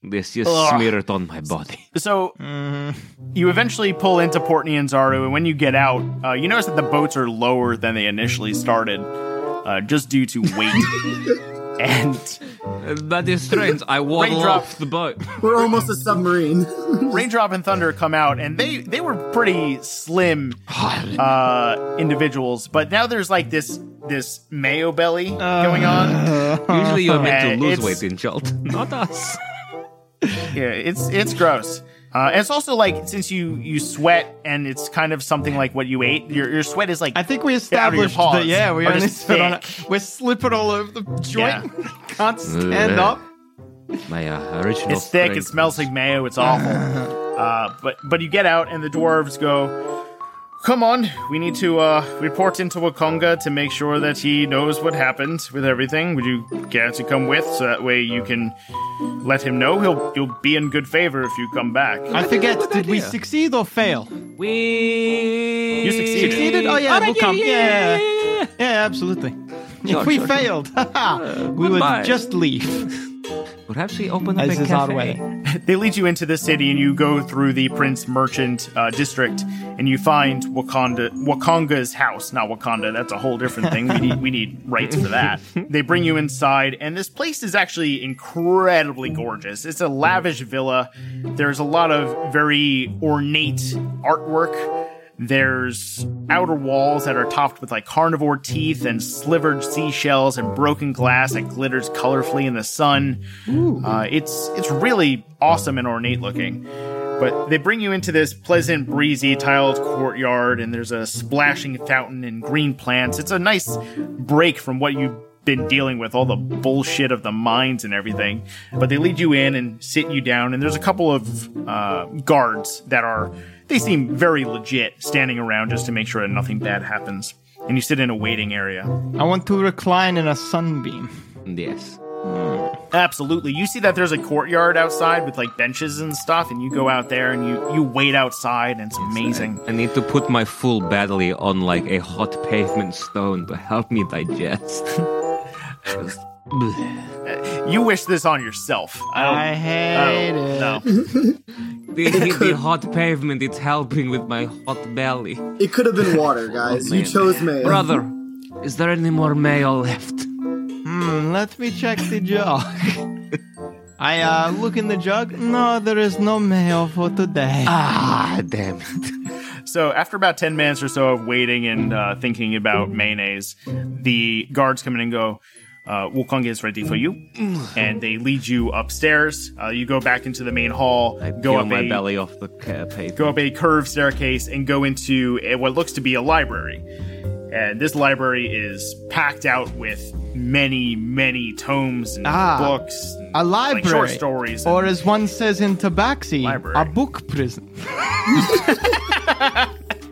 B: This just
A: Ugh.
B: smear it on my body.
A: So
B: Mm.
A: you eventually pull into Port Nianzaru, and when you get out, uh, you notice that the boats are lower than they initially started, uh, just due to weight. and
B: Uh, That is strange. I waddle
A: Raindrop.
B: off the boat.
D: We're almost a submarine.
A: Raindrop and Thunder come out, and they they were pretty slim uh, individuals, but now there's like this this mayo belly going on.
B: Usually you're
A: Uh,
B: meant to lose
A: it's-
B: weight in Jolt, not us.
A: Yeah, it's it's gross. Uh, and it's also like since you you sweat and it's kind of something like what you ate, your your sweat is like
C: I think we
A: out of your
C: established
A: paws
C: that. Yeah, we
A: are
C: only
A: just
C: sit on
A: thick.
C: it. We're slipping all over the joint. Can't stand
B: Ugh.
C: up.
B: My uh, original
A: It's thick. It
B: strength
A: smells
B: was-
A: like mayo. It's awful. uh, but but you get out, and the dwarves go. Come on, we need to uh, report into Wakonga to make sure that he knows what happened with everything. Would you care to come with, so that way you can let him know? He'll he'll be in good favor if you come back.
C: I forget. Did we
B: idea.
C: succeed or fail?
E: We
A: You succeeded.
C: Succeeded? Oh yeah,
E: Alright,
C: we'll come. Yeah, yeah,
E: yeah, yeah.
C: absolutely.
B: Sure,
C: if we
B: sure, sure.
C: failed, we would
B: goodbye.
C: just leave.
B: Perhaps we open up a
C: This is our
B: cafe.
C: way.
A: They lead you into this city, and you go through the Prince Merchant uh, district, and you find Wakanda Wakonga's house. Not Wakanda. That's a whole different thing. We need we need rights for that. They bring you inside, and this place is actually incredibly gorgeous. It's a lavish villa. There's a lot of very ornate artwork. There's outer walls that are topped with like carnivore teeth and slivered seashells and broken glass that glitters colorfully in the sun. Uh, it's it's really awesome and ornate looking. But they bring you into this pleasant, breezy, tiled courtyard, and there's a splashing fountain and green plants. It's a nice break from what you been dealing with all the bullshit of the mines and everything. But they lead you in and sit you down, and there's a couple of uh, guards that are they seem very legit, standing around just to make sure that nothing bad happens. And you sit in a waiting area.
C: I want to recline in a sunbeam.
B: Yes.
A: Absolutely. You see that there's a courtyard outside with like benches and stuff, and you go out there and you you wait outside, and it's amazing.
B: I need to put my full battery on like a hot pavement stone to help me digest. Just-
A: You wish this on yourself. I don't.
C: I hate it.
A: no.
B: the, the- the hot pavement, it's helping with my hot belly.
D: It could have been water, guys. you
B: man.
D: chose mayo.
B: Brother, is there any more mail left?
C: Hmm, let me check the jug. I uh, look in the jug. No, there is no mail for today.
B: Ah, damn it.
A: So after about ten minutes or so of waiting and uh, thinking about mayonnaise, the guards come in and go. Uh, Wukong is ready for you,
B: Mm.
A: and they lead you upstairs. Uh, you go back into the main hall,
B: I
A: go
B: peel
A: up
B: my
A: a,
B: belly off the uh, pavement.
A: go up a curved staircase, and go into a, what looks to be a library. And this library is packed out with many, many tomes and
C: Ah,
A: books, and,
C: a
A: like,
C: library,
A: short stories,
C: or
A: and-
C: as one says in Tabaxi,
A: Library.
C: a book prison.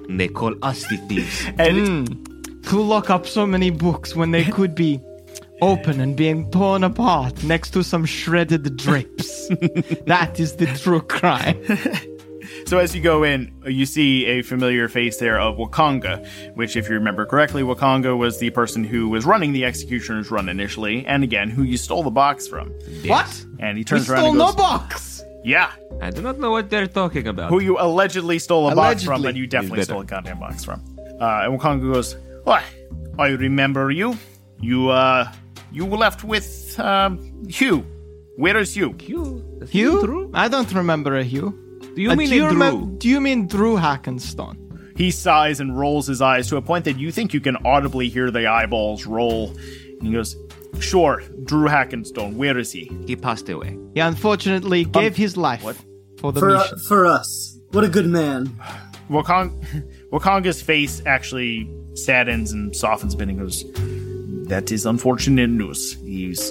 B: And they call us the thieves.
A: and
C: Who lock up so many books when they could be open and being torn apart next to some shredded drapes? that is the true crime.
A: So as you go in, you see a familiar face there of Wakanga, which, if you remember correctly, Wakanga was the person who was running the Executioner's Run initially, and again, who you stole the box from.
C: What?
A: And he
C: We
A: turns around
C: stole
A: and
C: no
A: goes,
C: box.
A: "Yeah,
E: I do not know what they're talking about.
A: who you allegedly stole a box from,
C: Allegedly.
A: but you definitely
B: He's better.
A: stole a goddamn box from." Uh, and Wakanga goes, "Why? I remember you. You uh, you left with um, Hugh. Where is Hugh?
E: You? Is he
C: Hugh?
E: Drew?
C: I don't remember a Hugh.
E: Do you
C: Uh,
E: mean
C: do you
E: a
C: remem-
E: Drew?
C: do you mean Drew Hackenstone?
A: He sighs and rolls his eyes to a point that you think you can audibly hear the eyeballs roll. And he goes, Sure, Drew Hackenstone, where is he?
B: He passed away.
C: He unfortunately
A: Um,
C: gave his life for the
D: for, uh,
C: mission.
D: for us. What a good man.
A: Wakong- Wakonga's face actually saddens and softens a bit and goes, That is unfortunate news. He's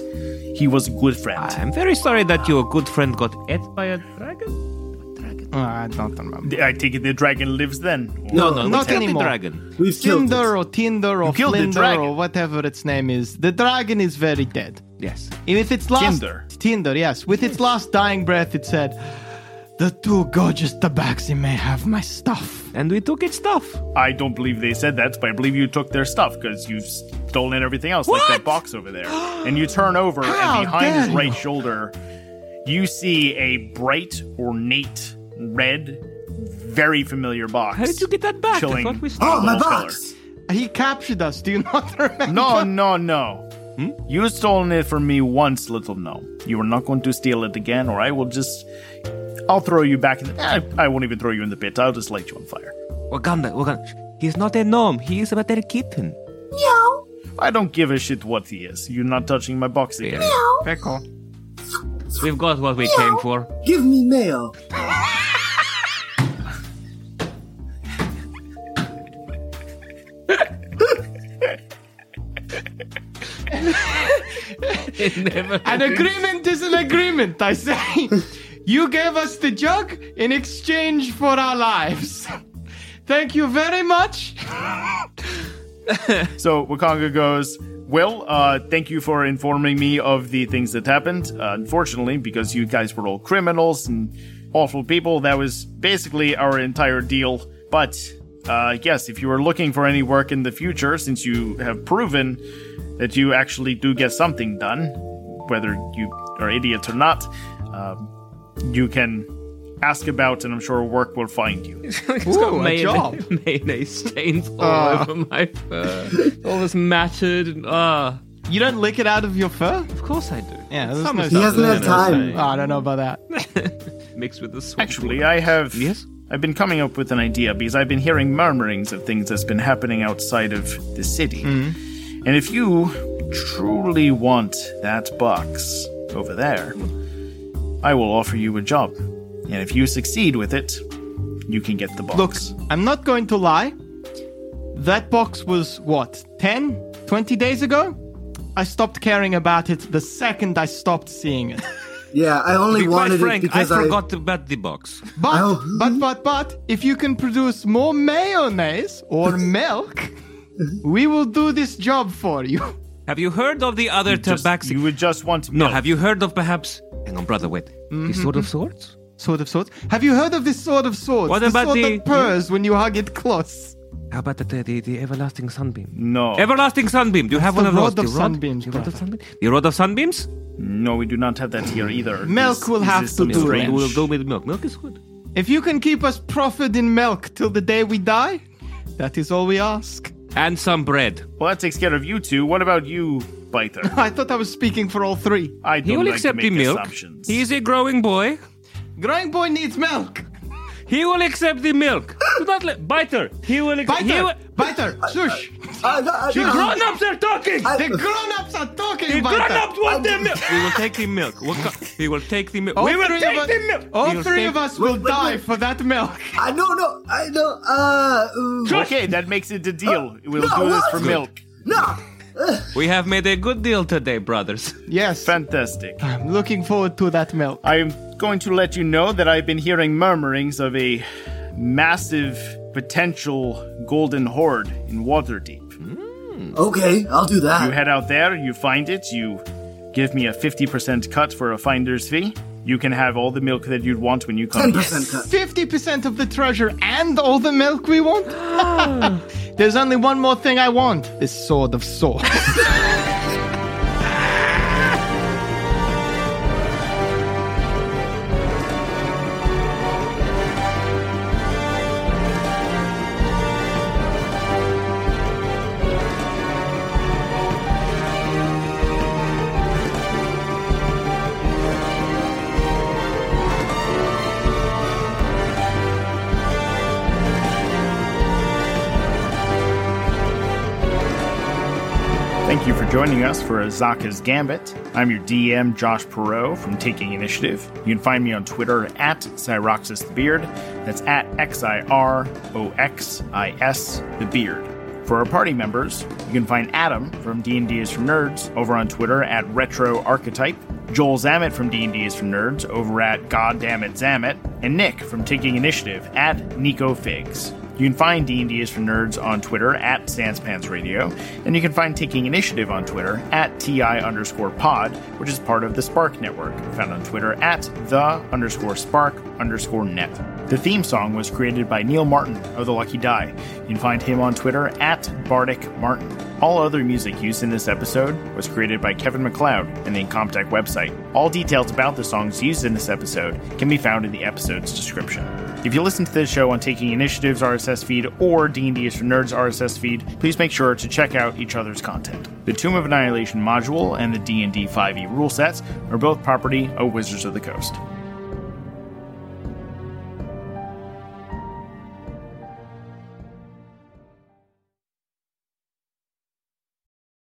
A: he was a good friend.
B: I'm very sorry that your good friend got ate by a dragon.
C: Oh, I don't remember.
A: I take it the dragon lives then.
B: No, no,
C: not
B: not any
C: anymore.
B: dragon.
D: We've killed
C: Tinder
D: it.
C: or Tinder or
A: killed the
C: Flinder
A: dragon.
C: or whatever its name is. The dragon is very dead.
B: Yes.
C: With its last
A: Tinder.
C: Tinder, yes. With its last dying breath, it said, "The two gorgeous tabaxi may have my stuff."
B: And we took its stuff.
A: I don't believe they said that, but I believe you took their stuff because you've stolen everything else, like that box over there. And you turn over,
C: How
A: and behind his
C: dare
A: right
C: you.
A: shoulder, you see a bright, ornate, red, very familiar box.
E: How did you get that back?
A: Chilling.
E: I thought we stole
D: Oh, my
A: False color.
D: box!
C: He captured us. Do you not remember?
A: No, no, no. You stolen it from me once, little gnome. You are not going to steal it again, or I will just. I'll throw you back in the. eh, I won't even throw you in the pit. I'll just light you on fire.
E: Wakanda, Wakanda. He's not a gnome. He is a better kitten.
A: I don't give a shit what he is. You're not touching my box again.
C: Pickle.
E: We've got what we came for.
D: Give me mail.
C: An agreement is an agreement. I say, you gave us the jug in exchange for our lives. Thank you very much.
A: So Wakanga goes, Well, uh, thank you for informing me of the things that happened. Uh, unfortunately, because you guys were all criminals and awful people, that was basically our entire deal. But uh, yes, if you are looking for any work in the future, since you have proven that you actually do get something done, whether you are idiots or not, um, you can ask about and I'm sure work will find you.
C: Ooh, a
E: Mayonnaise-
C: job.
E: Mayonnaise stains all
A: Ah.
E: over my fur. all this matted. and- Ah,
C: You don't lick it out of your fur?
E: of course I do.
C: Yeah, there's
E: Some
C: no
E: is
C: He
D: hasn't had
E: no
D: time.
C: Oh, I don't know about that.
E: stain Mixed with the sweet
A: Actually,
E: water.
A: I have.
E: Yes?
A: I've been coming up with an idea because I've been hearing murmurings of things that's been happening outside of the city.
E: Mm-hmm.
A: And if you truly want that box over there, I will offer you a job. And if you succeed with it, you can get the
C: Look,
A: box.
C: I'm not going to lie. That box was what, 10, 20 days ago? I stopped caring about it the second I stopped seeing it.
D: Yeah, I only
E: be quite
D: wanted
E: frank,
D: it because
E: I forgot about the box.
C: But,
D: Oh.
C: but, but, but, if you can produce more mayonnaise or milk, we will do this job for you.
E: Have you heard of the other
A: Just-
E: tabaxi?
A: you would just want
E: No,
A: milk.
E: have you heard of perhaps? Hang on, brother, wait. The sword of swords?
C: Sword of swords. Have you heard of this sword of swords?
E: What
C: the
E: about
C: sword
E: the-
C: that purrs when you hug it close?
E: How about the, the, the everlasting sunbeam?
A: No.
E: Everlasting sunbeam. Do you have
C: That's
E: one
C: the
E: of
C: rod
E: those?
C: of
E: The rod?
C: sunbeams,
E: The rod of
C: brother.
E: sunbeam. The rod of sunbeams.
A: No, we do not have that here either.
C: Milk
A: This-
C: will
A: this
C: have
A: is
C: to
A: something
C: do it.
E: Milk.
A: strange.
C: Ranch.
E: We'll go with milk. Milk is good.
C: If you can keep us proffered in milk till the day we die, that is all we ask.
E: And some bread.
A: Well, that takes care of you two. What about you, Biter?
C: I thought I was speaking for all three.
A: I
E: He
A: don't
E: will
A: like
E: accept
A: to
E: the
A: make
E: milk.
A: assumptions.
E: He is a growing boy.
C: Growing boy needs milk.
E: He will accept the milk. Do not let biter. He will. Ac- He will-
C: Biter, biter, shush.
D: I.
E: the
D: I,
E: grown-ups are talking.
C: The grown-ups are talking.
E: the
C: biter.
E: grown-ups want the milk. We will take the milk. What co- we will take the milk.
C: All
E: we will
C: three
E: take
C: of us,
E: the milk.
C: all
E: We will
C: three
E: take-
C: of us will
D: wait,
C: die
D: wait.
C: for that milk.
D: I no no I no uh ooh.
A: Okay, that makes it a deal. We'll
D: Uh, No,
A: do this
D: what?
A: for milk.
D: no
E: We have made a good deal today, brothers.
C: Yes,
A: Fantastic.
C: I'm looking forward to that milk.
A: I am going to let you know that I've been hearing murmurings of a massive potential golden horde in
D: Hmm.
A: Waterdeep.
D: okay I'll do
A: You
D: that
A: head out there, you find it, you give me a 50% cut for a finder's fee. You can have all the milk that you'd want when you
D: ten
A: come.
D: percent cut
C: 50% of the treasure and all the milk we want? There's only one more thing I want this sword of swords.
A: Thank you for joining us for Azaka's Gambit. I'm your DM, Josh Perot from Taking Initiative. You can find me on Twitter at Cyroxis the Beard. That's at X I R O X I S the Beard. For our party members, you can find Adam from D&D is from Nerds over on Twitter at Retro Archetype, Joel Zamet from D&D is from Nerds over at Goddammit Zamet, and Nick from Taking Initiative at Nico Figs. You can find D&D is for Nerds on Twitter at SansPants Radio, and you can find Taking Initiative on Twitter at TI underscore pod, which is part of the Spark Network, found on Twitter at the underscore spark underscore net. The theme song was created by Neil Martin of The Lucky Die. You can find him on Twitter at Bardic Martin. All other music used in this episode was created by Kevin McLeod and the Incomtech website. All details about the songs used in this episode can be found in the episode's description. If you listen to this show on Taking Initiative's RSS feed or D&D is for Nerds RSS feed, please make sure to check out each other's content. The Tomb E of Annihilation module and the D&D 5e rule sets are both property of Wizards of the Coast.